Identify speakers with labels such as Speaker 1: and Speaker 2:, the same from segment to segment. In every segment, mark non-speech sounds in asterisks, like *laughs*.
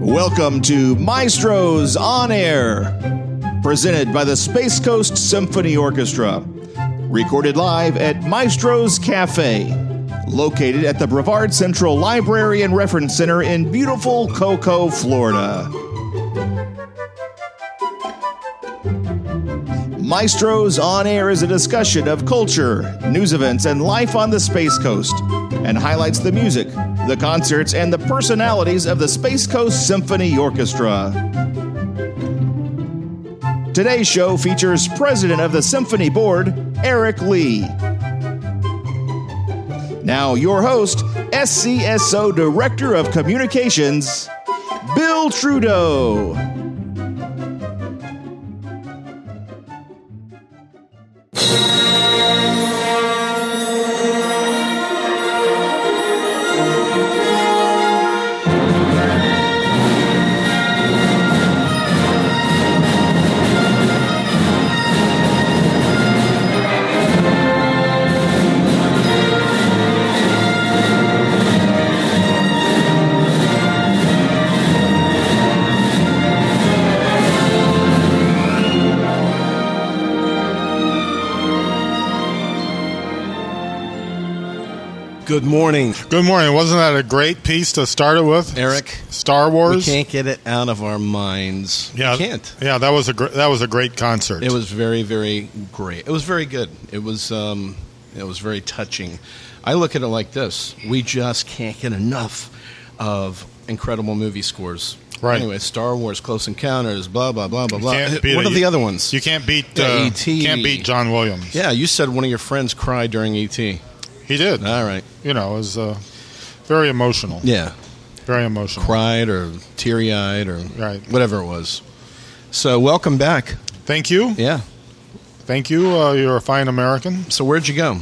Speaker 1: welcome to Maestros on Air, presented by the Space Coast Symphony Orchestra. Recorded live at Maestro's Cafe, located at the Brevard Central Library and Reference Center in beautiful Cocoa, Florida. Maestros on Air is a discussion of culture, news events, and life on the Space Coast, and highlights the music, the concerts, and the personalities of the Space Coast Symphony Orchestra. Today's show features President of the Symphony Board, Eric Lee. Now, your host, SCSO Director of Communications, Bill Trudeau.
Speaker 2: Good morning,
Speaker 3: Good morning. Wasn't that a great piece to start it with,
Speaker 2: Eric.
Speaker 3: S- Star Wars.
Speaker 2: We can't get it out of our minds.
Speaker 3: Yeah,
Speaker 2: we can't.
Speaker 3: Yeah, that was a gr- that was a great concert.
Speaker 2: It was very, very great. It was very good. It was, um, it was very touching. I look at it like this: we just can't get enough of incredible movie scores.
Speaker 3: Right.
Speaker 2: Anyway, Star Wars, Close Encounters, blah blah blah blah
Speaker 3: You
Speaker 2: blah.
Speaker 3: can't beat
Speaker 2: What
Speaker 3: it.
Speaker 2: are the other ones?
Speaker 3: You can't beat
Speaker 2: Yeah,
Speaker 3: uh,
Speaker 2: E.T..
Speaker 3: Can't beat John Williams.
Speaker 2: yeah, you said one of your friends cried during ET.
Speaker 3: he did.
Speaker 2: All right.
Speaker 3: you know, it was uh, very emotional.
Speaker 2: Yeah.
Speaker 3: very emotional.
Speaker 2: Cried or teary eyed or
Speaker 3: Right.
Speaker 2: whatever it was. So welcome back.
Speaker 3: Thank you.
Speaker 2: Yeah.
Speaker 3: Thank you. Uh, you're a fine American.
Speaker 2: So where'd you go?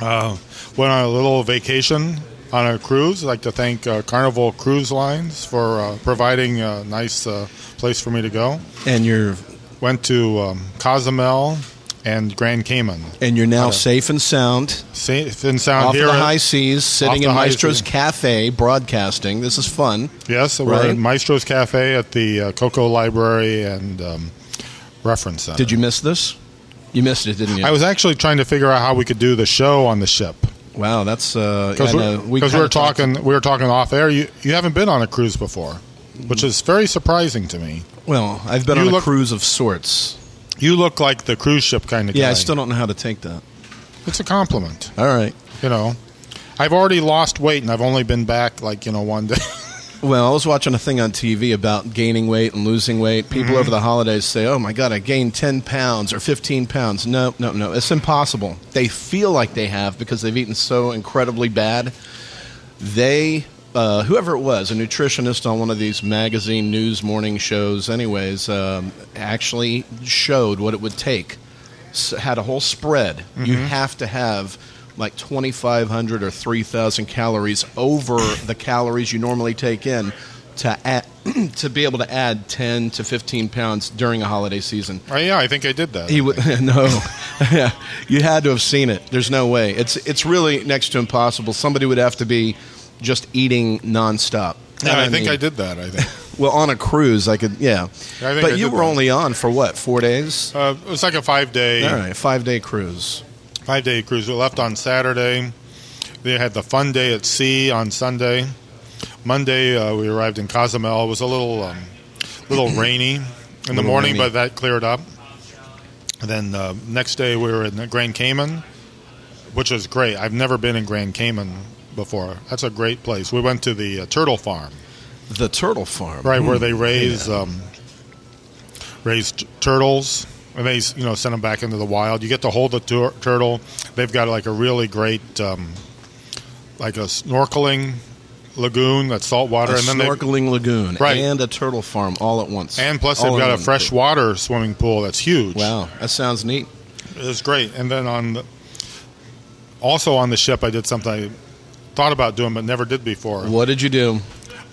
Speaker 3: Uh, went on a little vacation on a cruise. I'd like to thank uh, Carnival Cruise Lines for uh, providing a nice uh, place for me to go.
Speaker 2: And you're
Speaker 3: Went to um, Cozumel and Grand Cayman.
Speaker 2: and you're now safe and sound
Speaker 3: Safe and sound
Speaker 2: off
Speaker 3: here.
Speaker 2: the
Speaker 3: at-
Speaker 2: high seas, sitting
Speaker 3: the
Speaker 2: in
Speaker 3: high
Speaker 2: Maestro's
Speaker 3: seas.
Speaker 2: Cafe, broadcasting. This is fun.
Speaker 3: Yes, we're
Speaker 2: Right?
Speaker 3: at Maestro's Cafe at the uh, Coco Library and um, Reference Center.
Speaker 2: Did you miss this? You missed it, didn't you?
Speaker 3: I was actually trying to figure out how we could do the show on the ship
Speaker 2: wow, that's uh,
Speaker 3: because
Speaker 2: I know,
Speaker 3: we, 'cause we
Speaker 2: kinda
Speaker 3: were talking we were talking off air. You you haven't been on a cruise before, which is very surprising to me.
Speaker 2: talked- Well, I've been
Speaker 3: You
Speaker 2: on a
Speaker 3: look-
Speaker 2: cruise of sorts.
Speaker 3: You look like the cruise ship kind of
Speaker 2: Yeah,
Speaker 3: guy.
Speaker 2: I still don't know how to take that.
Speaker 3: It's a compliment,
Speaker 2: All right.
Speaker 3: you know. I've already lost weight and I've only been back like you know one day. *laughs*
Speaker 2: Well, I was watching a thing on TV about gaining weight and losing weight. People over the holidays say, "Oh my God, I gained ten pounds or fifteen pounds." No, no, no, it's impossible. They feel like they have because they've eaten so incredibly bad. They, uh, whoever it was, a nutritionist on one of these magazine news morning shows, anyways, um, actually showed what it would take. S- had a whole spread. You
Speaker 3: Mm-hmm.
Speaker 2: have to have. Like 2,500 or 3,000 calories over the calories you normally take in to add, *clears throat* to be able to add 10 to 15 pounds during a holiday season.
Speaker 3: oh, yeah, I think I did that.
Speaker 2: He would *laughs* no. you had to have seen it. There's no way. It's it's really next to impossible. Somebody would have to be just eating nonstop.
Speaker 3: yeah,
Speaker 2: And
Speaker 3: I, think
Speaker 2: mean-
Speaker 3: I did that. I think
Speaker 2: Well, on a cruise, I could. Yeah,
Speaker 3: I think
Speaker 2: but
Speaker 3: I
Speaker 2: you
Speaker 3: did
Speaker 2: were
Speaker 3: that.
Speaker 2: only on for what? Four days.
Speaker 3: uh, it was like a five day.
Speaker 2: All right, five day cruise.
Speaker 3: Five day cruise. We left on Saturday. They had the fun day at sea on Sunday. Monday uh, we arrived in Cozumel. It was a little um,
Speaker 2: *clears throat*
Speaker 3: little rainy in the
Speaker 2: Little
Speaker 3: morning,
Speaker 2: rainy.
Speaker 3: but that cleared up. And then uh, next day we were in the Grand Cayman, which was great. I've never been in Grand Cayman before. That's a great place. We went to the uh, turtle farm,
Speaker 2: The turtle farm.
Speaker 3: right where they raise um, raise t- turtles and they you know send them back into the wild. You get to hold the tur- turtle. They've got like a really great um, like a snorkeling lagoon that's salt
Speaker 2: A
Speaker 3: water, and then they
Speaker 2: snorkeling lagoon
Speaker 3: Right.
Speaker 2: and a turtle farm all at once.
Speaker 3: and plus
Speaker 2: All
Speaker 3: they've
Speaker 2: in
Speaker 3: got a
Speaker 2: one.
Speaker 3: freshwater swimming pool that's huge.
Speaker 2: oh, Wow, that sounds neat.
Speaker 3: It's great. And then on the, also on the ship, I did something I thought about doing but never did before.
Speaker 2: What did you do?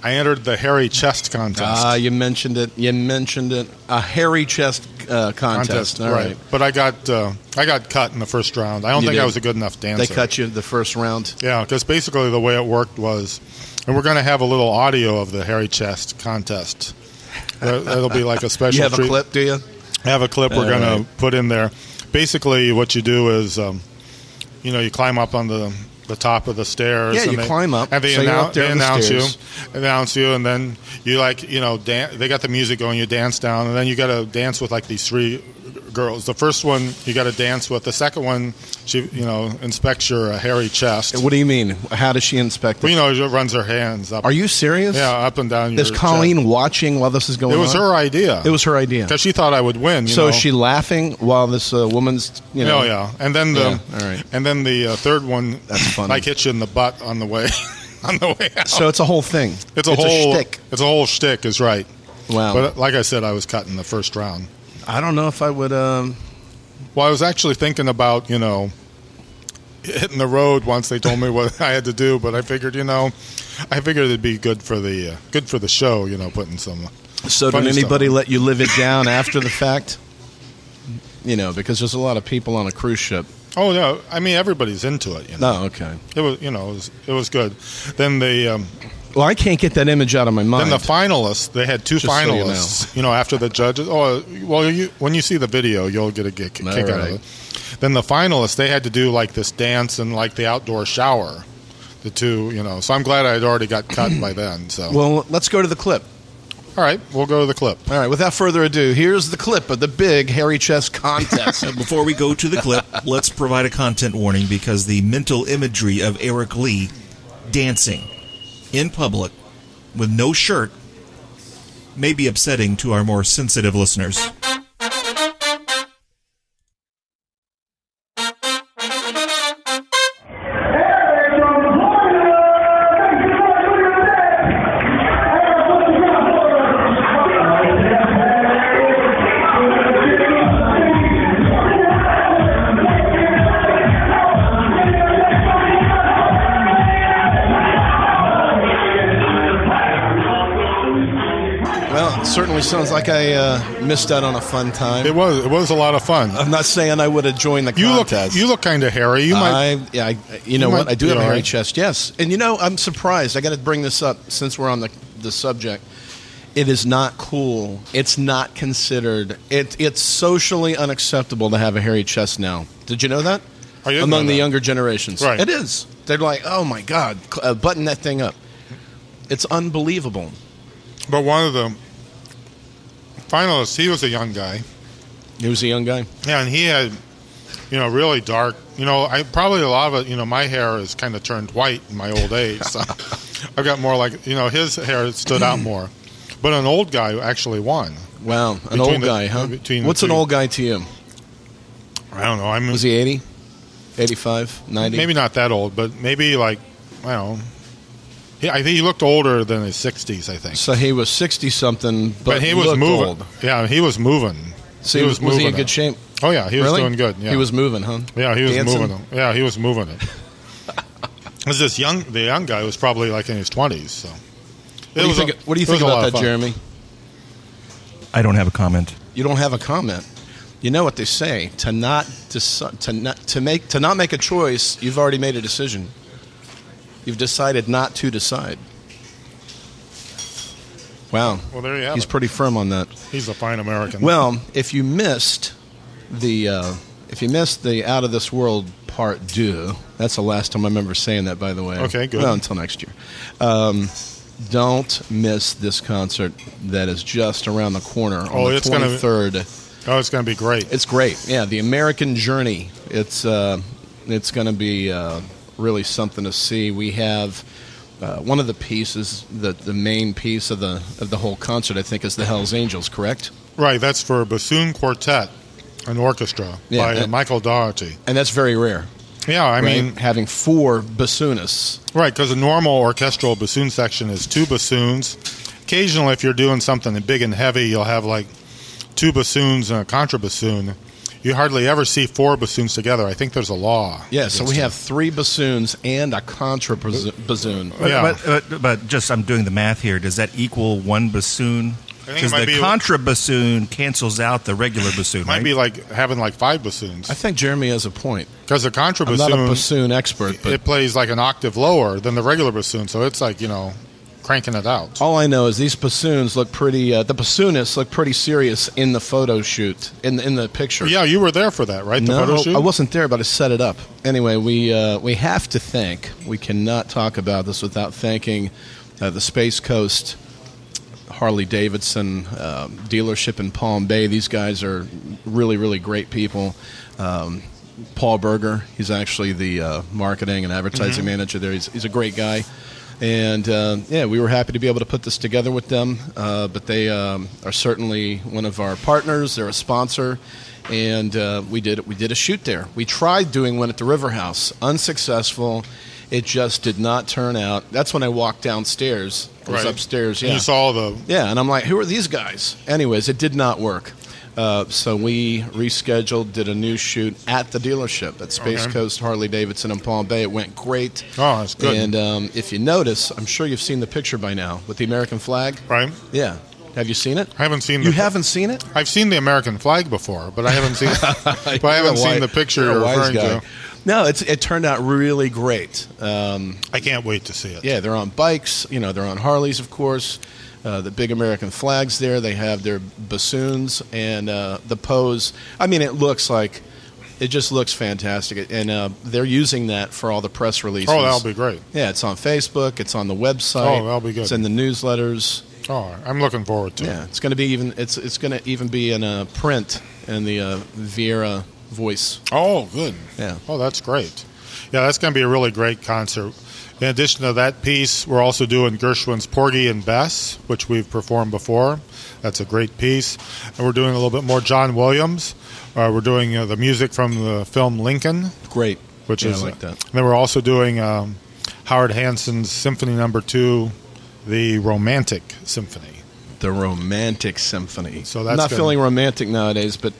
Speaker 3: I entered the hairy chest contest.
Speaker 2: Ah, you mentioned it. You mentioned it. A hairy chest uh, contest. All right.
Speaker 3: But I got uh, I got cut in the first round. I don't
Speaker 2: You
Speaker 3: think
Speaker 2: did.
Speaker 3: I was a good enough dancer.
Speaker 2: They cut you the first round.
Speaker 3: Yeah, because basically the way it worked was And we're going to have a little audio of the hairy chest contest. That- That'll
Speaker 2: *laughs*
Speaker 3: be like a special.
Speaker 2: You have a
Speaker 3: treat.
Speaker 2: clip, do you?
Speaker 3: I have a clip we're going to put in there. Basically, what you do is, um, you know, you climb up on the the top of the stairs.
Speaker 2: Yeah,
Speaker 3: and
Speaker 2: you
Speaker 3: they,
Speaker 2: climb up,
Speaker 3: and they,
Speaker 2: so you're
Speaker 3: annou-
Speaker 2: up there
Speaker 3: they
Speaker 2: on the
Speaker 3: announce
Speaker 2: stairs.
Speaker 3: you, announce you, and then you like, you know, dan- they got the music going. You dance down, and then you got to dance with like these three girls. The first one you got to dance with. The second one, she, you know, inspects your uh, hairy chest.
Speaker 2: What do you mean? How does she inspect
Speaker 3: Well,
Speaker 2: it?
Speaker 3: you know, she runs her hands up.
Speaker 2: Are you serious?
Speaker 3: Yeah, up and down.
Speaker 2: Is
Speaker 3: your
Speaker 2: Colleen
Speaker 3: chest.
Speaker 2: watching while this is going
Speaker 3: It
Speaker 2: on?
Speaker 3: was her idea.
Speaker 2: It was her idea.
Speaker 3: because she thought I would win. You
Speaker 2: so
Speaker 3: know?
Speaker 2: is she laughing while this uh, woman's, you know?
Speaker 3: Oh yeah, and then the
Speaker 2: Yeah, all right.
Speaker 3: and then the uh, third one
Speaker 2: That's funny.
Speaker 3: like hits you in the butt on the way *laughs* on the way out.
Speaker 2: So it's a whole thing.
Speaker 3: it's a whole
Speaker 2: shtick. Oh.
Speaker 3: It's a whole shtick, is right.
Speaker 2: Wow.
Speaker 3: But like I said, I was cut in the first round.
Speaker 2: I don't know if I would. Um,
Speaker 3: Well, I was actually thinking about you know hitting the road once they told me what *laughs* I had to do, but I figured you know I figured it'd be good for the uh, good for the show, you know, putting some.
Speaker 2: so
Speaker 3: Funny
Speaker 2: did
Speaker 3: stuff.
Speaker 2: anybody let you live it *laughs* down after the fact? You know, because there's a lot of people on a cruise ship.
Speaker 3: Oh no! I mean, everybody's into it. You know,
Speaker 2: No, okay.
Speaker 3: it was you know it was, it was good. Then the um,
Speaker 2: Well, I can't get that image out of my mind.
Speaker 3: Then the finalists, they had two
Speaker 2: Just so you
Speaker 3: finalists. you, know. after the judges. Oh, well, you, when you see the video, you'll get a kick, kick
Speaker 2: All
Speaker 3: out
Speaker 2: right.
Speaker 3: of it. Then the finalists, they had to do like this dance and like the outdoor shower. The two, you know. So I'm glad I'd already got cut
Speaker 2: *clears throat*
Speaker 3: by then. So
Speaker 2: well, let's go to the clip.
Speaker 3: all right, we'll go to the clip.
Speaker 2: All right, without further ado, here's the clip of the big hairy chest *laughs* contest.
Speaker 4: Before we go to the clip, let's provide a content warning because the mental imagery of Eric Lee dancing in public with no shirt may be upsetting to our more sensitive listeners.
Speaker 2: well, it certainly sounds like I uh, missed out on a fun time.
Speaker 3: It was it was a lot of fun.
Speaker 2: I'm not saying I would have joined the
Speaker 3: You look
Speaker 2: contest.
Speaker 3: you look kind of hairy. You might.
Speaker 2: I, yeah, I, you know
Speaker 3: You
Speaker 2: what?
Speaker 3: might
Speaker 2: I do
Speaker 3: be
Speaker 2: have a
Speaker 3: all
Speaker 2: hairy
Speaker 3: right.
Speaker 2: chest. Yes, and you know, I'm surprised. I got to bring this up since we're on the the subject. It is not cool. It's not considered. It it's socially unacceptable to have a hairy chest now. Did you know that?
Speaker 3: I didn't
Speaker 2: Among
Speaker 3: know
Speaker 2: the
Speaker 3: that.
Speaker 2: younger generations,
Speaker 3: Right.
Speaker 2: It is. They're like, oh my god, cl- uh, button that thing up. It's unbelievable.
Speaker 3: but one of the finalists, he was a young guy.
Speaker 2: He was a young guy.
Speaker 3: Yeah, and he had, you know, really dark. You know, I probably a lot of it. You know, my hair is kind of turned white in my old age.
Speaker 2: *laughs*
Speaker 3: So I've got more like you know his hair stood
Speaker 2: *clears throat*
Speaker 3: out more. But an old guy actually won.
Speaker 2: Wow, an
Speaker 3: Between
Speaker 2: old
Speaker 3: the-
Speaker 2: guy, huh?
Speaker 3: between the
Speaker 2: What's an
Speaker 3: two.
Speaker 2: old guy to you?
Speaker 3: I don't know. I mean,
Speaker 2: Was he 80, 85, 90?
Speaker 3: maybe not that old, but maybe like I don't. know. He, I think he looked older than his sixties. I think.
Speaker 2: So he was sixty something, but,
Speaker 3: But, he was
Speaker 2: looked
Speaker 3: moving.
Speaker 2: Old.
Speaker 3: Yeah, he was moving.
Speaker 2: So he was, was he in
Speaker 3: moving
Speaker 2: good
Speaker 3: it.
Speaker 2: shape?
Speaker 3: Oh yeah, he was
Speaker 2: Really?
Speaker 3: doing good. Yeah.
Speaker 2: He was moving, huh?
Speaker 3: Yeah, he was
Speaker 2: Dancing?
Speaker 3: moving it. Yeah, he was
Speaker 2: *laughs*
Speaker 3: moving it. Because this young, the young guy was probably like in his twenties. So,
Speaker 2: What do you think, what do you think about that, Jeremy?
Speaker 4: I don't have a comment.
Speaker 2: You don't have a comment. You know what they say: to not deci- to not to make to not make a choice, you've already made a decision. You've decided not to decide. Wow.
Speaker 3: Well, there you have
Speaker 2: He's
Speaker 3: it.
Speaker 2: pretty firm on that.
Speaker 3: He's a fine American.
Speaker 2: Well, if you missed the uh, if you missed the out of this world part two, that's the last time I remember saying that. By the way,
Speaker 3: Okay, good.
Speaker 2: Well, until next year, um, don't miss this concert that is just around the corner on
Speaker 3: Oh,
Speaker 2: the
Speaker 3: it's gonna-
Speaker 2: twenty third.
Speaker 3: oh, it's going to be great.
Speaker 2: It's great. Yeah, the American Journey. It's uh, it's going to be uh, really something to see. We have uh, one of the pieces, the the main piece of the of the whole concert. I think is the Hell's Angels. Correct.
Speaker 3: right, that's for bassoon quartet and orchestra
Speaker 2: Yeah,
Speaker 3: by uh,
Speaker 2: that-
Speaker 3: Michael Dougherty.
Speaker 2: And that's very rare.
Speaker 3: Yeah, I
Speaker 2: right?
Speaker 3: mean,
Speaker 2: having four bassoonists.
Speaker 3: right, because a normal orchestral bassoon section is two bassoons. Occasionally, if you're doing something big and heavy, you'll have like two bassoons and a contrabassoon. You hardly ever see four bassoons together. I think there's a law.
Speaker 2: Yeah, so we
Speaker 3: against it.
Speaker 2: have three bassoons and a contra bassoon.
Speaker 4: But,
Speaker 3: Oh, Yeah.
Speaker 4: but, but, but just, I'm doing the math here. Does that equal one bassoon
Speaker 3: think it
Speaker 5: because
Speaker 3: might
Speaker 5: the
Speaker 3: be-
Speaker 5: contra bassoon cancels out the regular bassoon.
Speaker 3: Might
Speaker 5: right?
Speaker 3: be like having like five bassoons
Speaker 2: I think Jeremy has a point.
Speaker 3: because the contra
Speaker 2: I'm
Speaker 3: bassoon,
Speaker 2: not a bassoon expert, but
Speaker 3: it plays like an octave lower than the regular bassoon, so it's like you know cranking it out.
Speaker 2: all I know is these bassoons look pretty. Uh, the bassoonists look pretty serious in the photo shoot in the, in the picture.
Speaker 3: Yeah, you were there for that, right? The
Speaker 2: no,
Speaker 3: photo shoot.
Speaker 2: I wasn't there, but I set it up. Anyway, we uh, we have to thank. We cannot talk about this without thanking uh, the Space Coast Harley Davidson uh, dealership in Palm Bay. These guys are really really great people. Um, Paul Berger, he's actually the uh, marketing and advertising
Speaker 3: Mm-hmm.
Speaker 2: manager there. He's, he's a great guy. And uh, yeah, we were happy to be able to put this together with them. Uh, but they um, are certainly one of our partners. They're a sponsor, and uh, we did we did a shoot there. We tried doing one at the River House, unsuccessful. It just did not turn out. That's when I walked downstairs. I was
Speaker 3: Right.
Speaker 2: upstairs.
Speaker 3: And
Speaker 2: Yeah,
Speaker 3: You saw the
Speaker 2: yeah, and I'm like, who are these guys? Anyways, it did not work. Uh, so we rescheduled, did a new shoot at the dealership at Space
Speaker 3: Okay.
Speaker 2: Coast Harley Davidson in Palm Bay. It went great.
Speaker 3: Oh, that's good.
Speaker 2: And um, if you notice, I'm sure you've seen the picture by now with the American flag.
Speaker 3: right.
Speaker 2: Yeah. Have you seen it?
Speaker 3: I haven't seen.
Speaker 2: You
Speaker 3: the,
Speaker 2: haven't seen it?
Speaker 3: I've seen the American flag before, but I haven't
Speaker 2: *laughs*
Speaker 3: seen. but I haven't
Speaker 2: You're a
Speaker 3: seen
Speaker 2: wi-
Speaker 3: the picture
Speaker 2: you're
Speaker 3: you're
Speaker 2: a wise
Speaker 3: referring
Speaker 2: guy.
Speaker 3: to.
Speaker 2: No, it's, it turned out really great. Um,
Speaker 3: I can't wait to see it.
Speaker 2: Yeah, they're on bikes. You know, they're on Harleys, of course. Uh, the big American flags there. They have their bassoons and uh, the pose. I mean, it looks like it just looks fantastic, and uh, they're using that for all the press releases.
Speaker 3: Oh, that'll be great.
Speaker 2: Yeah, it's on Facebook. It's on the website.
Speaker 3: Oh, that'll be good.
Speaker 2: It's in the newsletters.
Speaker 3: Oh, I'm looking forward to
Speaker 2: Yeah,
Speaker 3: it.
Speaker 2: it's going to be even. It's it's going to even be in a print in the uh, Vieira voice.
Speaker 3: Oh, good.
Speaker 2: Yeah.
Speaker 3: Oh, that's great. Yeah, that's going to be a really great concert. In addition to that piece, we're also doing Gershwin's Porgy and Bess, which we've performed before. That's a great piece. And we're doing a little bit more John Williams. Uh, we're doing uh, the music from the film Lincoln,
Speaker 2: Great.
Speaker 3: which
Speaker 2: Yeah,
Speaker 3: is
Speaker 2: I like that.
Speaker 3: And then we're also doing um, Howard Hanson's Symphony Number Two, the Romantic Symphony.
Speaker 2: the romantic symphony.
Speaker 3: So that's
Speaker 2: not
Speaker 3: gonna-
Speaker 2: feeling romantic nowadays, but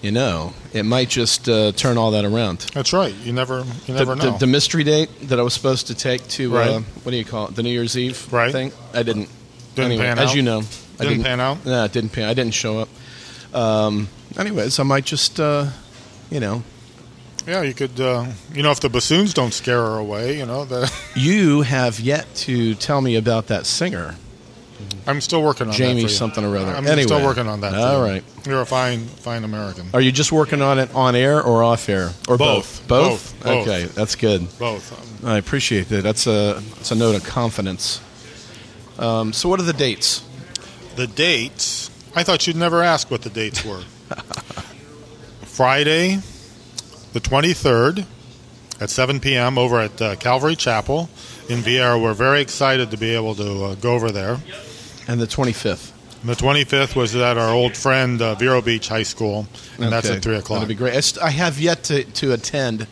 Speaker 2: you know, it might just uh, turn all that around.
Speaker 3: That's right. You never,
Speaker 2: The,
Speaker 3: you never
Speaker 2: the-
Speaker 3: know.
Speaker 2: the mystery date that I was supposed to take to uh,
Speaker 3: Right.
Speaker 2: what do you call it? The New Year's Eve
Speaker 3: Right.
Speaker 2: thing. I didn't.
Speaker 3: Didn't
Speaker 2: anyway,
Speaker 3: pan
Speaker 2: as
Speaker 3: out.
Speaker 2: you know, I
Speaker 3: Didn't pan out?
Speaker 2: No, it didn't pan. I didn't show up. Um, anyways, I might just uh, you know.
Speaker 3: yeah, you could. Uh, you know, if the bassoons don't scare her away, you know, the,
Speaker 2: You have yet to tell me about that singer.
Speaker 3: I'm still working on that.
Speaker 2: Jamie
Speaker 3: for you.
Speaker 2: something or other.
Speaker 3: I'm
Speaker 2: Anyway.
Speaker 3: still working on that. for
Speaker 2: All
Speaker 3: you.
Speaker 2: right.
Speaker 3: You're a fine, fine American.
Speaker 2: Are you just working on it on air or off air or
Speaker 3: Both.
Speaker 2: Both.
Speaker 3: Both. Both.
Speaker 2: Okay, that's good.
Speaker 3: Both. Um,
Speaker 2: I appreciate that. That's a that's a note of confidence. Um, so, what are the dates?
Speaker 3: the dates. I thought you'd never ask what the
Speaker 2: *laughs*
Speaker 3: dates were. Friday, the 23rd, at 7 p.m. over at uh, Calvary Chapel in Vieira. We're very excited to be able to uh, go over there.
Speaker 2: And the twenty fifth.
Speaker 3: And the 25th was at our old friend uh, Vero Beach High School, and that's at three o'clock.
Speaker 2: That'd be great. I, st- I have yet to, to attend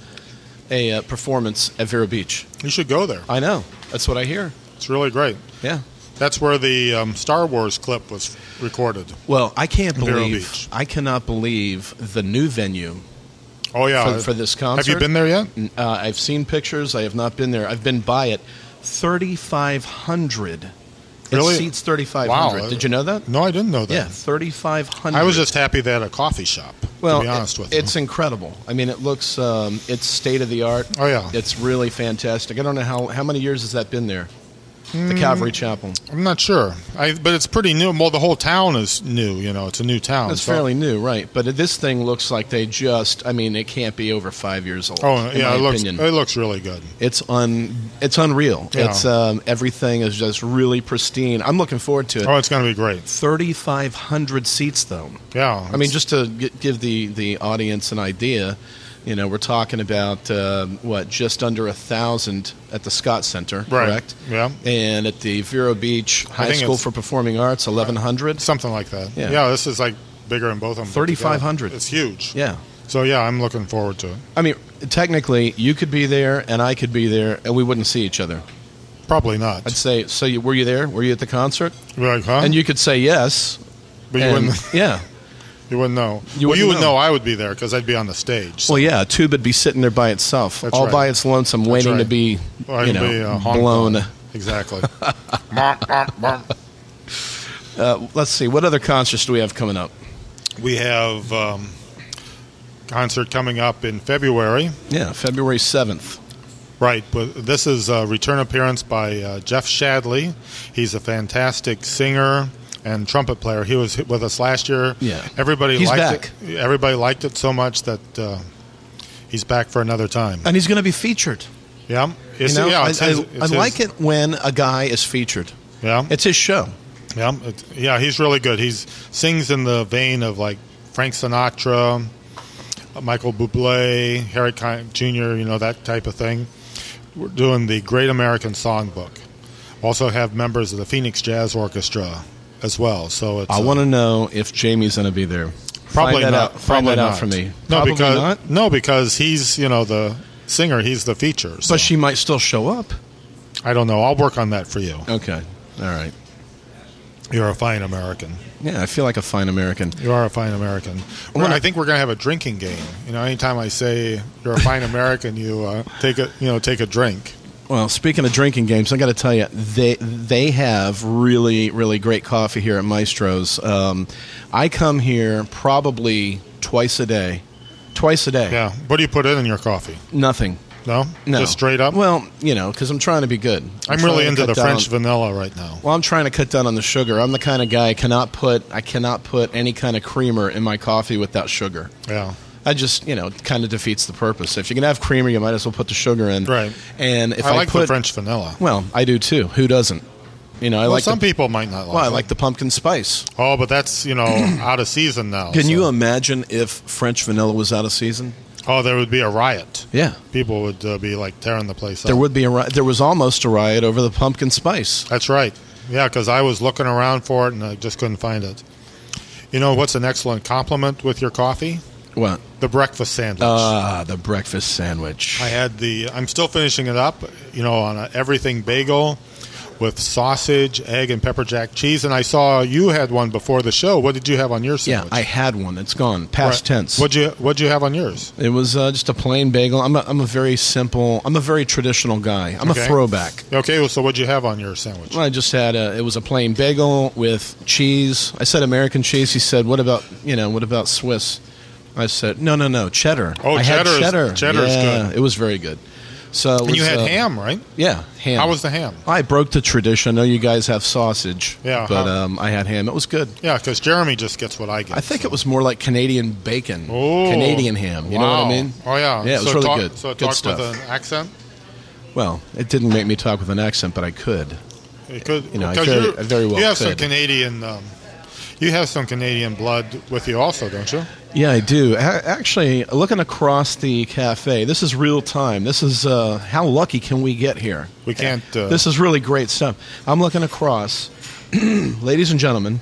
Speaker 2: a uh, performance at Vero Beach.
Speaker 3: You should go there.
Speaker 2: I know. That's what I hear.
Speaker 3: It's really great.
Speaker 2: Yeah.
Speaker 3: That's where the um, Star Wars clip was recorded.
Speaker 2: Well, I can't
Speaker 3: Vero
Speaker 2: believe
Speaker 3: Beach.
Speaker 2: I cannot believe the new venue.
Speaker 3: Oh yeah,
Speaker 2: For- for this
Speaker 3: Have
Speaker 2: concert?
Speaker 3: you been there yet?
Speaker 2: Uh, I've seen pictures. I have not been there. I've been by it. Thirty five hundred.
Speaker 3: Really?
Speaker 2: It seats thirty five hundred.
Speaker 3: Wow.
Speaker 2: Did you know that?
Speaker 3: No, I didn't know that.
Speaker 2: Yeah, thirty five hundred.
Speaker 3: I was just happy they had a coffee shop.
Speaker 2: Well,
Speaker 3: to be honest with
Speaker 2: it- it's incredible. I mean, it looks um, it's state of the art.
Speaker 3: Oh, yeah.
Speaker 2: it's really fantastic. I don't know how how many years has that been there, the
Speaker 3: Hmm.
Speaker 2: Calvary Chapel.
Speaker 3: you. I'm not sure, I, but it's pretty new. Well, the whole town is new. You know, it's a new town.
Speaker 2: It's
Speaker 3: so-
Speaker 2: fairly new, right? But this thing looks like they just. I mean, it can't be over five years old.
Speaker 3: Oh
Speaker 2: in
Speaker 3: yeah,
Speaker 2: my
Speaker 3: it looks
Speaker 2: opinion.
Speaker 3: it looks really good.
Speaker 2: It's un it's unreal.
Speaker 3: Yeah.
Speaker 2: It's um, everything is just really pristine. I'm looking forward to it.
Speaker 3: Oh, it's going to be great.
Speaker 2: Thirty five hundred seats though.
Speaker 3: Yeah,
Speaker 2: I mean,
Speaker 3: it's-
Speaker 2: just to gi- give the, the audience an idea, you know, we're talking about uh, what just under a thousand at the Scott Center,
Speaker 3: Right.
Speaker 2: correct?
Speaker 3: Yeah.
Speaker 2: And at the Vero Beach High
Speaker 3: think
Speaker 2: School
Speaker 3: it's-
Speaker 2: for Performing Arts, eleven hundred.
Speaker 3: something like that.
Speaker 2: Yeah.
Speaker 3: this is like bigger than both of them. put
Speaker 2: 3,500.
Speaker 3: together. It's huge.
Speaker 2: Yeah.
Speaker 3: So yeah, I'm looking forward to it.
Speaker 2: I mean, technically, you could be there and I could be there, and we wouldn't see each other.
Speaker 3: Probably not.
Speaker 2: I'd say, so you, were you there? Were you at the concert?
Speaker 3: You'd be like, huh?
Speaker 2: And you could say yes.
Speaker 3: but you
Speaker 2: and-
Speaker 3: wouldn't.
Speaker 2: *laughs* Yeah.
Speaker 3: *laughs* You wouldn't know.
Speaker 2: You
Speaker 3: well, you would
Speaker 2: wouldn't know.
Speaker 3: know. I would be there because I'd be on the stage.
Speaker 2: Well, yeah, a tube would be sitting there by itself,
Speaker 3: That's
Speaker 2: all
Speaker 3: right.
Speaker 2: by its lonesome, waiting to
Speaker 3: right.
Speaker 2: be,
Speaker 3: Or I'd
Speaker 2: you know, *laughs*
Speaker 3: be, uh, honked
Speaker 2: blown.
Speaker 3: on. Exactly. Bum, bum, bum.
Speaker 2: Uh, let's see. What other concerts do we have coming up?
Speaker 3: We have um, concert coming up in February.
Speaker 2: Yeah, February 7th.
Speaker 3: Right, but this is a return appearance by uh, Jeff Shadley. He's a fantastic singer and trumpet player. He was with us last year.
Speaker 2: Yeah.
Speaker 3: everybody
Speaker 2: He's
Speaker 3: liked it. Everybody liked it so much that uh, he's back for another time.
Speaker 2: And he's going to be featured.
Speaker 3: Yeah,
Speaker 2: You
Speaker 3: It's-
Speaker 2: know,
Speaker 3: yeah,
Speaker 2: I,
Speaker 3: it's his-
Speaker 2: I-
Speaker 3: it's
Speaker 2: I
Speaker 3: his-
Speaker 2: like it when a guy is featured.
Speaker 3: Yeah,
Speaker 2: It's his show.
Speaker 3: yeah, it- yeah. He's really good. He sings in the vein of like Frank Sinatra, uh, Michael Bublé, Harry Connick Jr. You know that type of thing. We're doing the Great American Songbook. Also have members of the Phoenix Jazz Orchestra as well. So it's
Speaker 2: I
Speaker 3: uh,
Speaker 2: want to know if Jamie's going to be there.
Speaker 3: probably
Speaker 2: Find that
Speaker 3: not.
Speaker 2: out. Find
Speaker 3: Probably
Speaker 2: that
Speaker 3: not
Speaker 2: out for me.
Speaker 3: No,
Speaker 2: Probably
Speaker 3: because
Speaker 2: not.
Speaker 3: no, because he's you know the singer. He's the feature. So
Speaker 2: But she might still show up.
Speaker 3: I don't know. I'll work on that for you.
Speaker 2: Okay. All right.
Speaker 3: You're a fine American.
Speaker 2: Yeah, I feel like a fine American.
Speaker 3: You are a fine American.
Speaker 2: Well,
Speaker 3: I think we're going to have a drinking game. You know, anytime I say you're a fine American, you uh, take a you know take a drink.
Speaker 2: Well, speaking of drinking games, I got to tell you, they they have really really great coffee here at Maestro's. Um, I come here probably twice a day, twice a day.
Speaker 3: Yeah. What do you put in in your coffee?
Speaker 2: Nothing.
Speaker 3: No.
Speaker 2: No.
Speaker 3: Just straight up.
Speaker 2: Well, you know, because I'm trying to be good.
Speaker 3: I'm
Speaker 2: trying
Speaker 3: really
Speaker 2: to
Speaker 3: into the
Speaker 2: cut down-
Speaker 3: French vanilla right now.
Speaker 2: Well, I'm trying to cut down on the sugar. I'm the kind of guy I cannot put I cannot put any kind of creamer in my coffee without sugar.
Speaker 3: Yeah.
Speaker 2: I just, you know, it kind of defeats the purpose. If you're going to have creamer, you might as well put the sugar in.
Speaker 3: Right.
Speaker 2: And if I,
Speaker 3: I like
Speaker 2: put,
Speaker 3: the French vanilla.
Speaker 2: well, I do too. Who doesn't? You know, I
Speaker 3: Well,
Speaker 2: like
Speaker 3: some
Speaker 2: the,
Speaker 3: people might not like.
Speaker 2: Well, I
Speaker 3: it.
Speaker 2: like the pumpkin spice.
Speaker 3: Oh, but that's
Speaker 2: *clears throat*
Speaker 3: you know out of season now.
Speaker 2: Can
Speaker 3: so-
Speaker 2: you um, imagine if French vanilla was out of season?
Speaker 3: Oh, there would be a riot.
Speaker 2: Yeah.
Speaker 3: People would uh, be like tearing the place up.
Speaker 2: There would be a ri- there was almost a riot over the pumpkin spice.
Speaker 3: That's right. Yeah, because I was looking around for it and I just couldn't find it. You know what's an excellent compliment with your coffee?
Speaker 2: What?
Speaker 3: The breakfast sandwich.
Speaker 2: Ah, the breakfast sandwich.
Speaker 3: I had the. I'm still finishing it up. You know, on a everything bagel with sausage, egg, and pepper jack cheese. And I saw you had one before the show. What did you have on your
Speaker 2: yeah,
Speaker 3: sandwich?
Speaker 2: I had one. It's gone. Past tense.
Speaker 3: What'd you What'd you have on yours?
Speaker 2: It was uh, just a plain bagel. I'm a, I'm a very simple. I'm a very traditional guy. I'm a
Speaker 3: Okay.
Speaker 2: throwback.
Speaker 3: Okay, well, so what'd you have on your sandwich?
Speaker 2: I just had a. It was a plain bagel with cheese. I said American cheese. He said, "What about you know? What about Swiss?" I said, "No, no, no, cheddar."
Speaker 3: Oh,
Speaker 2: I had
Speaker 3: cheddar is-
Speaker 2: cheddar.
Speaker 3: cheddar is
Speaker 2: yeah,
Speaker 3: good.
Speaker 2: It was very good. So it
Speaker 3: And you
Speaker 2: was,
Speaker 3: had
Speaker 2: uh,
Speaker 3: ham, right?
Speaker 2: Yeah, ham.
Speaker 3: How was the ham?
Speaker 2: I broke the tradition. I know you guys have sausage.
Speaker 3: Yeah,
Speaker 2: but
Speaker 3: huh.
Speaker 2: um, I had ham. It was good.
Speaker 3: Yeah, because Jeremy just gets what I get.
Speaker 2: I think
Speaker 3: so.
Speaker 2: it was more like Canadian bacon,
Speaker 3: Oh.
Speaker 2: Canadian ham. You know
Speaker 3: Wow.
Speaker 2: what I mean?
Speaker 3: Oh yeah,
Speaker 2: Yeah, it was
Speaker 3: so
Speaker 2: really
Speaker 3: talk,
Speaker 2: good.
Speaker 3: So it
Speaker 2: good
Speaker 3: talked
Speaker 2: stuff.
Speaker 3: with an accent.
Speaker 2: Well, it didn't make me talk with an accent, but I could.
Speaker 3: It could,
Speaker 2: You know, I
Speaker 3: because
Speaker 2: very-
Speaker 3: you're-
Speaker 2: I very well
Speaker 3: You have some
Speaker 2: could.
Speaker 3: Canadian. Um, you have some Canadian blood with you, also, don't you?
Speaker 2: Yeah, I do. A- actually, looking across the cafe, this is real time. This is uh, how lucky can we get here?
Speaker 3: We can't. Uh,
Speaker 2: This is really great stuff. I'm looking across, *clears throat* ladies and gentlemen.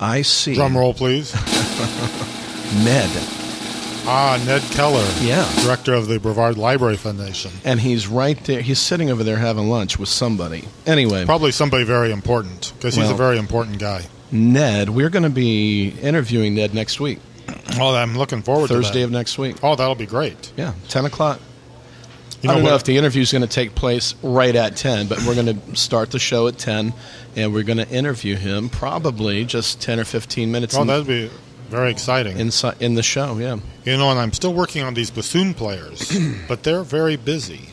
Speaker 2: I see
Speaker 3: drum roll, please.
Speaker 2: Ned,
Speaker 3: ah, Ned Keller.
Speaker 2: Yeah.
Speaker 3: director of the Brevard Library Foundation.
Speaker 2: and he's right there. He's sitting over there having lunch with somebody. Anyway,
Speaker 3: Probably somebody very important because he's
Speaker 2: Well-
Speaker 3: a very important guy.
Speaker 2: Ned, we're going to be interviewing Ned next week,
Speaker 3: Oh, I'm looking forward
Speaker 2: Thursday
Speaker 3: to
Speaker 2: of next week.
Speaker 3: that. Oh, that'll be great. Oh,
Speaker 2: Yeah, ten o'clock.
Speaker 3: You
Speaker 2: I don't know
Speaker 3: what-
Speaker 2: if the interview is going to take place right at 10, but we're going to start the show at 10, and we're going to interview him probably just 10 or 15 minutes
Speaker 3: Oh,
Speaker 2: in,
Speaker 3: that'd be very exciting.
Speaker 2: inside, in the show, yeah.
Speaker 3: you know, and I'm still working on these bassoon
Speaker 2: *clears throat*
Speaker 3: players, but they're very busy.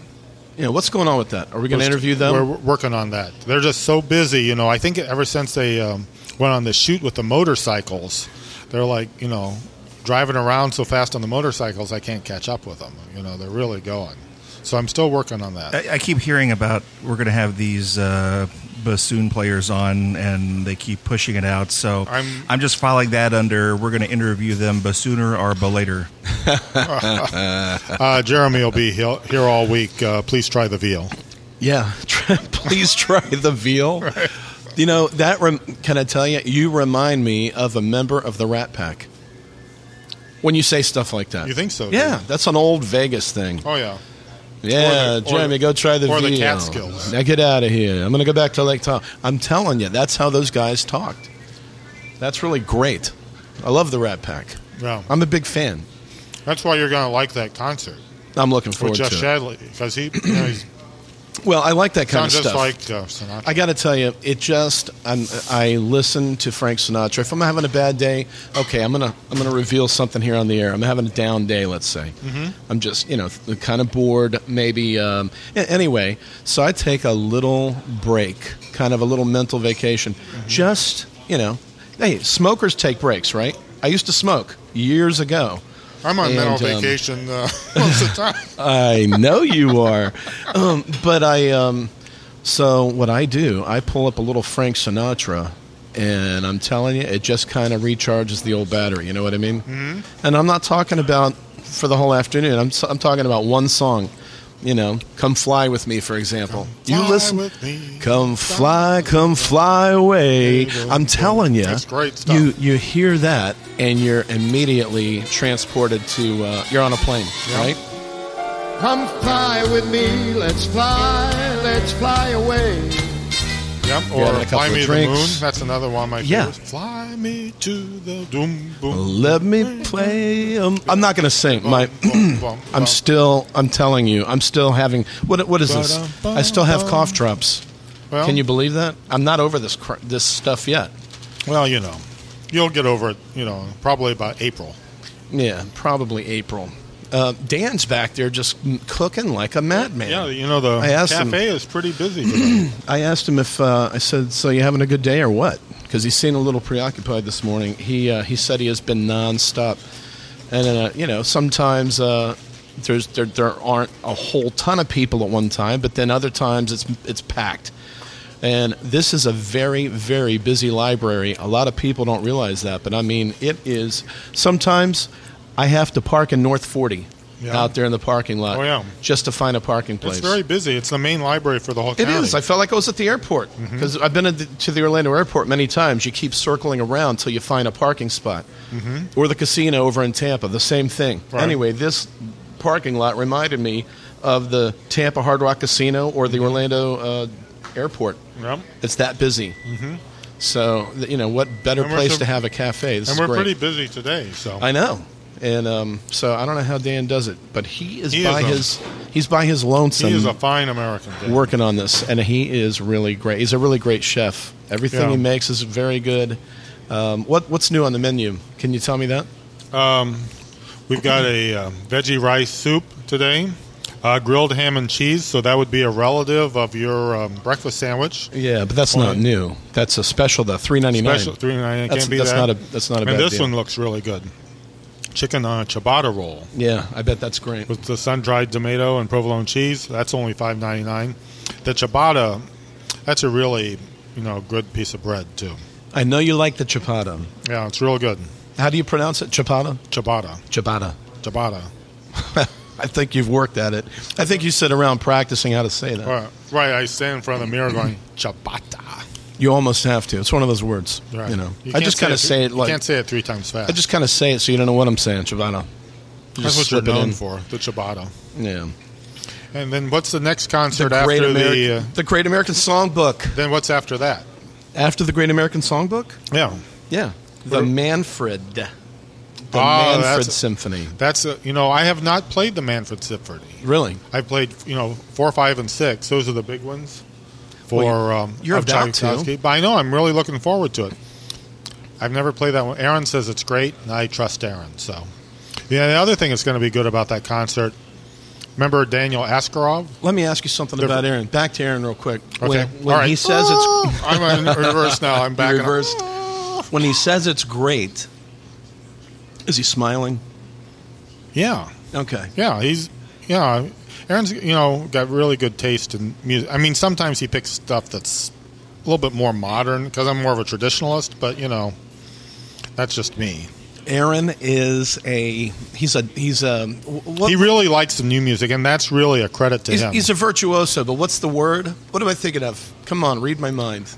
Speaker 2: You know, what's going on with that? Are we going to
Speaker 3: We're-
Speaker 2: interview them?
Speaker 3: We're working on that. They're just so busy, you know. I think ever since they um, went on the shoot with the motorcycles, they're like, you know, driving around so fast on the motorcycles, I can't catch up with them. You know, they're really going. So I'm still working on that.
Speaker 5: I, I keep hearing about we're going to have these uh, bassoon players on, and they keep pushing it out. So
Speaker 3: I'm-
Speaker 5: I'm, just filing that under. We're going to interview them bassooner or belater.
Speaker 3: Uh, Jeremy will be he- here all week. Uh, please try the veal.
Speaker 2: yeah, *laughs* please try the
Speaker 3: *laughs*
Speaker 2: veal. You know, that, rem- can I tell you, you remind me of a member of the Rat Pack when you say stuff like that.
Speaker 3: You think so? dude?
Speaker 2: yeah, that's an old Vegas thing.
Speaker 3: Oh yeah.
Speaker 2: Yeah,
Speaker 3: Or the- or
Speaker 2: Jeremy,
Speaker 3: the-
Speaker 2: go try the
Speaker 3: or the
Speaker 2: veal.
Speaker 3: Catskills.
Speaker 2: Now get out of here. I'm going to go back to Lake Tahoe. I'm telling you, that's how those guys talked. That's really great. I love the Rat Pack.
Speaker 3: Yeah.
Speaker 2: I'm a big fan.
Speaker 3: That's why you're going to like that concert
Speaker 2: I'm looking forward
Speaker 3: with Jeff
Speaker 2: to it.
Speaker 3: Shadley because he, you know, he's
Speaker 2: Well, I like that kind
Speaker 3: Sounds
Speaker 2: of
Speaker 3: just
Speaker 2: stuff.
Speaker 3: like uh, Sinatra.
Speaker 2: I got to tell you, it just I'm, I listen to Frank Sinatra. If I'm having a bad day, okay, I'm gonna I'm gonna reveal something here on the air. I'm having a down day, let's say. I'm just you know kind of bored, maybe. Um, a- anyway, so I take a little break, kind of a little mental vacation, just you know. Hey, smokers take breaks, right? I used to smoke years ago.
Speaker 3: I'm on mental
Speaker 2: And, um,
Speaker 3: vacation uh, *laughs* most of the time.
Speaker 2: I know you are. Um, but I, um, so what I do, I pull up a little Frank Sinatra, and I'm telling you, it just kind of recharges the old battery. You know what I mean? Mm-hmm. And I'm not talking about for the whole afternoon. I'm, I'm talking about one song. You know, come fly with me, for example. *laughs* you
Speaker 3: fly
Speaker 2: listen.
Speaker 3: with me.
Speaker 2: Come fly, come fly away. I'm telling you,
Speaker 3: That's great stuff.
Speaker 2: You you hear that, and you're immediately transported to. Uh, you're on a plane, right?
Speaker 6: Come fly with me, let's fly, let's fly away.
Speaker 3: Yep. Or
Speaker 2: Yeah, and a couple
Speaker 3: Fly
Speaker 2: of
Speaker 3: Me to the
Speaker 2: drinks.
Speaker 3: Moon. That's another one of my
Speaker 2: Yeah.
Speaker 3: favorites. Fly me to the doom boom.
Speaker 2: Let me play. Um, I'm not going to sing. My, *clears throat*
Speaker 3: Bum, bum, bum.
Speaker 2: I'm still. I'm telling you. I'm still having. What? What is this? I still have cough drops.
Speaker 3: Well,
Speaker 2: Can you believe that? I'm not over this cr- this stuff yet.
Speaker 3: Well, you know, you'll get over it. You know, probably about April.
Speaker 2: Yeah, probably April. Uh, Dan's back there just m- cooking like a madman.
Speaker 3: Yeah, you know the
Speaker 2: I asked
Speaker 3: cafe
Speaker 2: him-
Speaker 3: is pretty busy.
Speaker 2: *clears throat*
Speaker 3: today.
Speaker 2: I asked him if uh, I said, "So you having a good day or what?" Because he seemed a little preoccupied this morning. He uh, he said he has been nonstop, and uh, you know sometimes uh, there's there there aren't a whole ton of people at one time, but then other times it's it's packed. And this is a very, very busy library. A lot of people don't realize that, but I mean, it is. Sometimes I have to park in North 40
Speaker 3: Yeah.
Speaker 2: out there in the parking lot
Speaker 3: Oh, yeah.
Speaker 2: just to find a parking place.
Speaker 3: it's very busy. It's the main library for the whole
Speaker 2: It
Speaker 3: county.
Speaker 2: is. I felt like I was at the airport
Speaker 3: Mm-hmm.
Speaker 2: because I've been at the, to the Orlando airport many times. You keep circling around till you find a parking spot, or the casino over in Tampa. The same thing.
Speaker 3: Mm-hmm. Right.
Speaker 2: Anyway, this parking lot reminded me of the Tampa Hard Rock Casino or
Speaker 3: Mm-hmm.
Speaker 2: the Orlando uh, airport.
Speaker 3: Yep.
Speaker 2: It's that busy. Mm-hmm. So th- you know what better
Speaker 3: And we're
Speaker 2: place
Speaker 3: so-
Speaker 2: to have a cafe? This
Speaker 3: and
Speaker 2: is
Speaker 3: we're
Speaker 2: great.
Speaker 3: pretty busy today. So
Speaker 2: I know, and um, so I don't know how Dan does it, but he is
Speaker 3: He
Speaker 2: by
Speaker 3: is a-
Speaker 2: his he's by his lonesome
Speaker 3: he is a fine American. Dave.
Speaker 2: working on this, and he is really great. He's a really great chef. Everything
Speaker 3: Yeah.
Speaker 2: he makes is very good. Um, what what's new on the menu? Can you tell me that?
Speaker 3: We've got a um, veggie rice soup today, uh, grilled ham and cheese. So that would be a relative of your um, breakfast sandwich.
Speaker 2: Yeah, but that's not
Speaker 3: Fine.
Speaker 2: new. That's a special. The three ninety nine.
Speaker 3: Special three ninety nine.
Speaker 2: That's-
Speaker 3: Can't be
Speaker 2: that's
Speaker 3: that.
Speaker 2: not a- that's not a
Speaker 3: And
Speaker 2: bad
Speaker 3: this
Speaker 2: deal.
Speaker 3: one looks really good. Chicken uh, ciabatta roll
Speaker 2: Yeah, I bet that's great.
Speaker 3: with the sun dried tomato and provolone cheese. That's only five ninety nine. The ciabatta, that's a really you know good piece of bread too.
Speaker 2: I know you like the ciabatta.
Speaker 3: Yeah, it's real good.
Speaker 2: How do you pronounce it? Ciabatta.
Speaker 3: Ciabatta,
Speaker 2: Ciabatta.
Speaker 3: ciabatta.
Speaker 2: I think you've worked at it. I think you sit around practicing how to say that.
Speaker 3: Right, right. I stand in front of the mirror going ciabatta.
Speaker 2: You almost have to. It's one of those words.
Speaker 3: Right.
Speaker 2: You know. I
Speaker 3: can't
Speaker 2: just kind of
Speaker 3: three-
Speaker 2: say it like
Speaker 3: you can't say it three times fast.
Speaker 2: I just kind of say it so you don't know what I'm saying. Ciabatta. You
Speaker 3: That's
Speaker 2: just
Speaker 3: what you're
Speaker 2: slip it
Speaker 3: known
Speaker 2: in.
Speaker 3: for, the ciabatta.
Speaker 2: Yeah.
Speaker 3: And then what's the next concert
Speaker 2: the Great
Speaker 3: after
Speaker 2: American,
Speaker 3: the? Uh,
Speaker 2: the Great American Songbook.
Speaker 3: then what's after that?
Speaker 2: After the Great American Songbook?
Speaker 3: Yeah,
Speaker 2: Yeah. The Manfred. The
Speaker 3: Ah, that's-
Speaker 2: Manfred Symphony.
Speaker 3: that's a, you know I have not played the Manfred Symphony.
Speaker 2: Really?
Speaker 3: I played you know four, five, and six. Those are the big ones. For
Speaker 2: Well,
Speaker 3: um,
Speaker 2: you're
Speaker 3: of
Speaker 2: about to.
Speaker 3: Tchaikovsky. but I know I'm really looking forward to it. I've never played that one. Aaron says it's great, and I trust Aaron. So, yeah. The other thing that's going to be good about that concert. Remember Daniel Askarov?
Speaker 2: Let me ask you something
Speaker 3: Different.
Speaker 2: about Aaron. Back to Aaron real quick.
Speaker 3: Okay.
Speaker 2: When, when
Speaker 3: All right.
Speaker 2: he says *laughs* it's
Speaker 3: *laughs* I'm in reverse
Speaker 2: *laughs*
Speaker 3: now. I'm back.
Speaker 2: reversed. When he says it's great, is he smiling?
Speaker 3: Yeah.
Speaker 2: Okay.
Speaker 3: Yeah, he's yeah. Aaron's you know got really good taste in music. I mean, sometimes he picks stuff that's a little bit more modern because I'm more of a traditionalist, but you know, that's just me.
Speaker 2: Aaron is a he's a he's a what,
Speaker 3: He really likes the new music, and that's really a credit to
Speaker 2: he's,
Speaker 3: him.
Speaker 2: he's a virtuoso, but what's the word? What am I thinking of? Come on, read my
Speaker 3: *laughs*
Speaker 2: mind.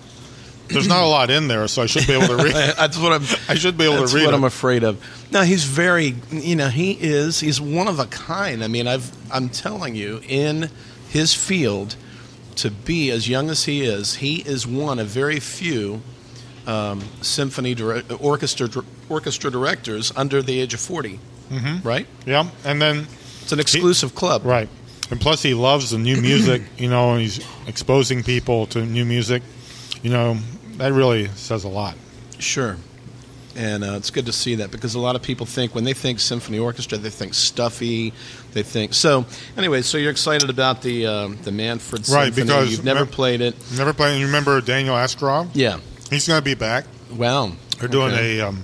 Speaker 3: There's not a lot in there, so I should be
Speaker 2: *laughs*
Speaker 3: able to read.
Speaker 2: That's what I'm.
Speaker 3: I should be able to
Speaker 2: That's
Speaker 3: read
Speaker 2: what
Speaker 3: it.
Speaker 2: I'm afraid of. No, he's very. You know, he is. He's one of a kind. I mean, I've. I'm telling you, in his field, to be as young as he is, he is one of very few um, symphony dire- orchestra dir- orchestra directors under the age of 40 Mm-hmm. Right.
Speaker 3: yeah, and then
Speaker 2: It's an exclusive club.
Speaker 3: right, and plus he loves the
Speaker 2: *clears throat*
Speaker 3: new music. You know, and he's exposing people to new music. You know, that really says a lot.
Speaker 2: Sure. And uh, it's good to see that because a lot of people think when they think symphony orchestra, they think stuffy. They think so. Anyway, so you're excited about the um, the Manfred
Speaker 3: Right,
Speaker 2: Symphony.
Speaker 3: because
Speaker 2: you've never
Speaker 3: Manf-
Speaker 2: played it.
Speaker 3: Never playing. You remember Daniel Askarov?
Speaker 2: Yeah.
Speaker 3: He's going to be back.
Speaker 2: Wow.
Speaker 3: They're doing
Speaker 2: Okay.
Speaker 3: a um,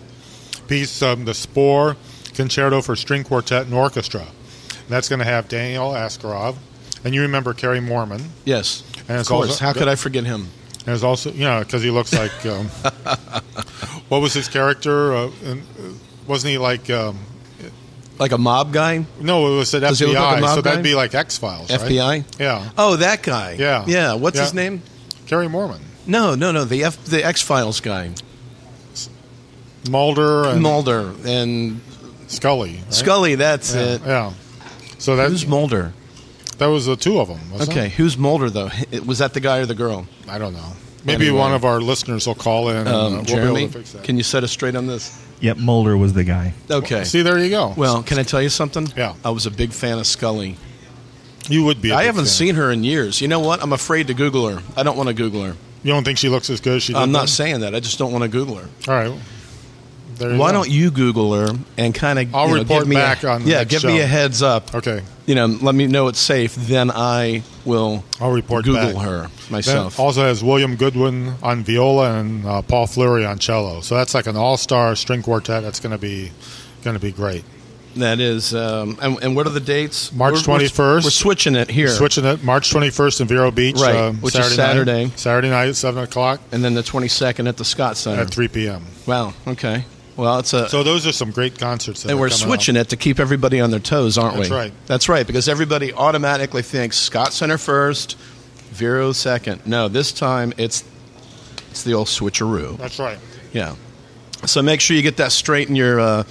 Speaker 3: piece, um, the Spore Concerto for String Quartet and Orchestra. And that's going to have Daniel Askarov, and you remember Kerry Mormon.
Speaker 2: yes.
Speaker 3: And
Speaker 2: of
Speaker 3: it's
Speaker 2: course.
Speaker 3: also-
Speaker 2: How could I forget him?
Speaker 3: And it's also, you know, because he
Speaker 2: *laughs*
Speaker 3: looks like um, what was his character? Uh, and, uh, wasn't he like? Um,
Speaker 2: Like a mob guy?
Speaker 3: no, it was at
Speaker 2: Does he
Speaker 3: FBI,
Speaker 2: look like a mob
Speaker 3: so
Speaker 2: guy?
Speaker 3: that'd be like X Files, right?
Speaker 2: FBI?
Speaker 3: Yeah,
Speaker 2: Oh, that guy.
Speaker 3: Yeah.
Speaker 2: Yeah. What's
Speaker 3: Yeah.
Speaker 2: his name?
Speaker 3: Kerry Mormon,
Speaker 2: No, no, no. The F, the X Files guy,
Speaker 3: Mulder, and
Speaker 2: Mulder and
Speaker 3: Scully, right?
Speaker 2: Scully. That's
Speaker 3: Yeah,
Speaker 2: it.
Speaker 3: yeah. So that
Speaker 2: Who's Mulder?
Speaker 3: that was the two of them. wasn't
Speaker 2: Okay,
Speaker 3: it?
Speaker 2: who's Mulder though? Was that the guy or the girl?
Speaker 3: I don't know. Maybe
Speaker 2: Anyway.
Speaker 3: one of our listeners will call in. and, uh,
Speaker 2: Um,
Speaker 3: we'll be
Speaker 2: Jeremy,
Speaker 3: able to fix that.
Speaker 2: can you set us straight on this?
Speaker 5: Yep, Mulder was the guy.
Speaker 2: Okay.
Speaker 3: See, there you go.
Speaker 2: well, can I tell you something?
Speaker 3: Yeah.
Speaker 2: I was a big fan of Scully.
Speaker 3: you would be. a
Speaker 2: I
Speaker 3: big
Speaker 2: haven't
Speaker 3: fan.
Speaker 2: seen her in years. You know what? I'm afraid to Google her. I don't want to Google her.
Speaker 3: You don't think she looks as good as she did?
Speaker 2: I'm
Speaker 3: then?
Speaker 2: not saying that. I just don't want to Google her.
Speaker 3: All right. There you
Speaker 2: Why
Speaker 3: go.
Speaker 2: don't you Google her and kind of?
Speaker 3: I'll
Speaker 2: you know,
Speaker 3: report
Speaker 2: give me
Speaker 3: back
Speaker 2: a,
Speaker 3: on the
Speaker 2: yeah,
Speaker 3: next
Speaker 2: give me
Speaker 3: show.
Speaker 2: a heads up.
Speaker 3: Okay.
Speaker 2: You know, let me know it's safe. Then I will.
Speaker 3: I'll report
Speaker 2: Google
Speaker 3: back.
Speaker 2: her
Speaker 3: Then
Speaker 2: myself.
Speaker 3: also has William Goodwin on viola and uh, Paul Fleury on cello. So that's like an all-star string quartet. That's going to be going to be great.
Speaker 2: That is, um, and, and what are the dates? We're-
Speaker 3: March
Speaker 2: we're-
Speaker 3: 21st.
Speaker 2: We're switching it here,
Speaker 3: Switching it March 21st in Vero Beach,
Speaker 2: Right,
Speaker 3: um,
Speaker 2: which is
Speaker 3: Saturday
Speaker 2: Saturday.
Speaker 3: night, Saturday night at seven o'clock
Speaker 2: and then the 22nd at the Scott Center.
Speaker 3: at three p.m.
Speaker 2: Wow. Okay. Well, it's a
Speaker 3: So those are some great concerts. That
Speaker 2: and
Speaker 3: are
Speaker 2: we're
Speaker 3: coming up.
Speaker 2: switching it to keep everybody on their toes, aren't
Speaker 3: That's
Speaker 2: we?
Speaker 3: right.
Speaker 2: That's right. Because everybody automatically thinks Scott Center first, Vero second. No, this time it's it's the old switcheroo.
Speaker 3: That's right.
Speaker 2: Yeah. So make sure you get that straight in your uh,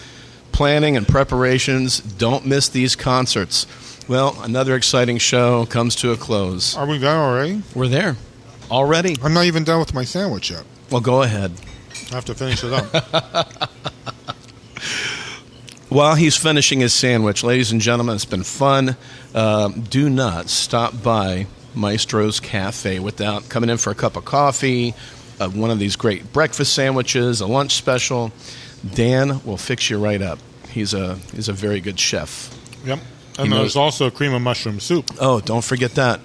Speaker 2: planning and preparations. Don't miss these concerts. Well, another exciting show comes to a close.
Speaker 3: Are we done already?
Speaker 2: We're there already.
Speaker 3: I'm not even done with my sandwich yet.
Speaker 2: Well, go ahead.
Speaker 3: I have to finish it up. *laughs*
Speaker 2: While he's finishing his sandwich, ladies and gentlemen, it's been fun. Uh, do not stop by Maestro's Cafe without coming in for a cup of coffee, uh, one of these great breakfast sandwiches, a lunch special. Dan will fix you right up. He's a he's a very good chef.
Speaker 3: Yep.
Speaker 2: He
Speaker 3: And
Speaker 2: knows-
Speaker 3: there's also cream of mushroom soup.
Speaker 2: Oh, don't forget that.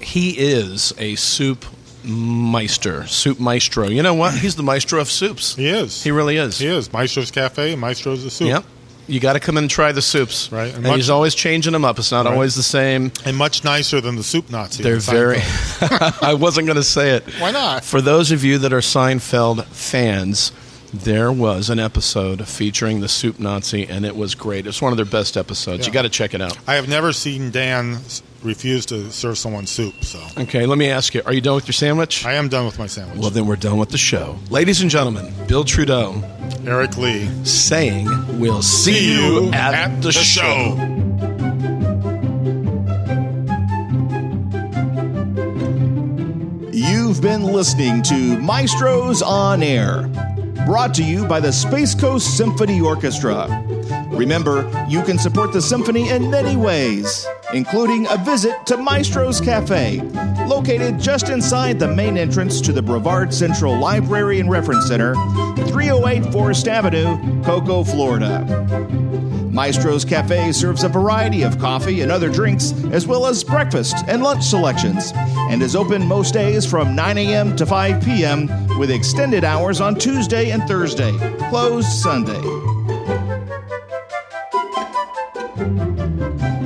Speaker 2: He is a soup meister, soup maestro. You know what? He's the maestro of soups.
Speaker 3: He is.
Speaker 2: He really is.
Speaker 3: He is. Maestro's Cafe and Maestro's the Soup.
Speaker 2: Yep. You got to come in and try the soups.
Speaker 3: Hmm. Right, and
Speaker 2: And,
Speaker 3: much-
Speaker 2: he's always changing them up. It's not always the same.
Speaker 3: And much nicer than the Soup Nazi.
Speaker 2: They're
Speaker 3: in
Speaker 2: very. *laughs*
Speaker 3: Seinfeld.
Speaker 2: I wasn't going to say it.
Speaker 3: Why not?
Speaker 2: For those of you that are Seinfeld fans, there was an episode featuring the soup Nazi, and it was great. It's one of their best episodes. You
Speaker 3: Yeah.
Speaker 2: got to check it out.
Speaker 3: I have never seen Dan s- refuse to serve someone soup, so
Speaker 2: *laughs* Okay, let me ask you: Are you done with your sandwich?
Speaker 3: I am done with my sandwich.
Speaker 2: Well, then we're done with the show. Ladies and gentlemen, Bill Trudeau
Speaker 3: Eric Lee.
Speaker 2: saying, We'll see you at, the, show.
Speaker 1: You've been listening to Maestros on Air, brought to you by the Space Coast Symphony Orchestra. Remember, you can support the symphony in many ways, including a visit to Maestro's Cafe, located just inside the main entrance to the Brevard Central Library and Reference Center, 308 Forest Avenue, Cocoa, Florida. Maestro's Cafe serves a variety of coffee and other drinks, as well as breakfast and lunch selections, and is open most days from 9 a.m. to 5 p.m., with extended hours on Tuesday and Thursday, closed Sunday.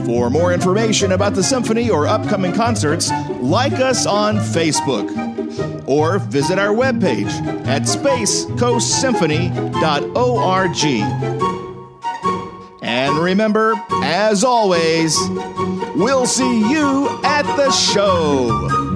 Speaker 1: For more information about the symphony or upcoming concerts, like us on Facebook or visit our webpage at spacecoastsymphony.org. And remember, as always, we'll see you at the show.